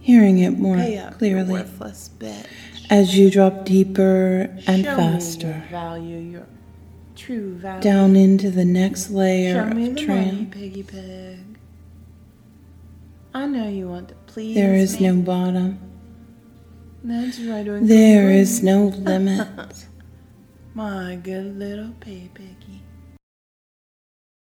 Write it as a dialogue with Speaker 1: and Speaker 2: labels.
Speaker 1: hearing it more
Speaker 2: Pay up, you
Speaker 1: clearly
Speaker 2: worthless bitch.
Speaker 1: as you drop deeper and
Speaker 2: Show Me
Speaker 1: faster
Speaker 2: your value, your true value.
Speaker 1: down into the next layer
Speaker 2: Show me
Speaker 1: of
Speaker 2: the money,
Speaker 1: trance.
Speaker 2: piggy pig. I know you want to please.
Speaker 1: There is
Speaker 2: me.
Speaker 1: no bottom.
Speaker 2: That's right.
Speaker 1: There is no limit.
Speaker 2: My good little pig piggy.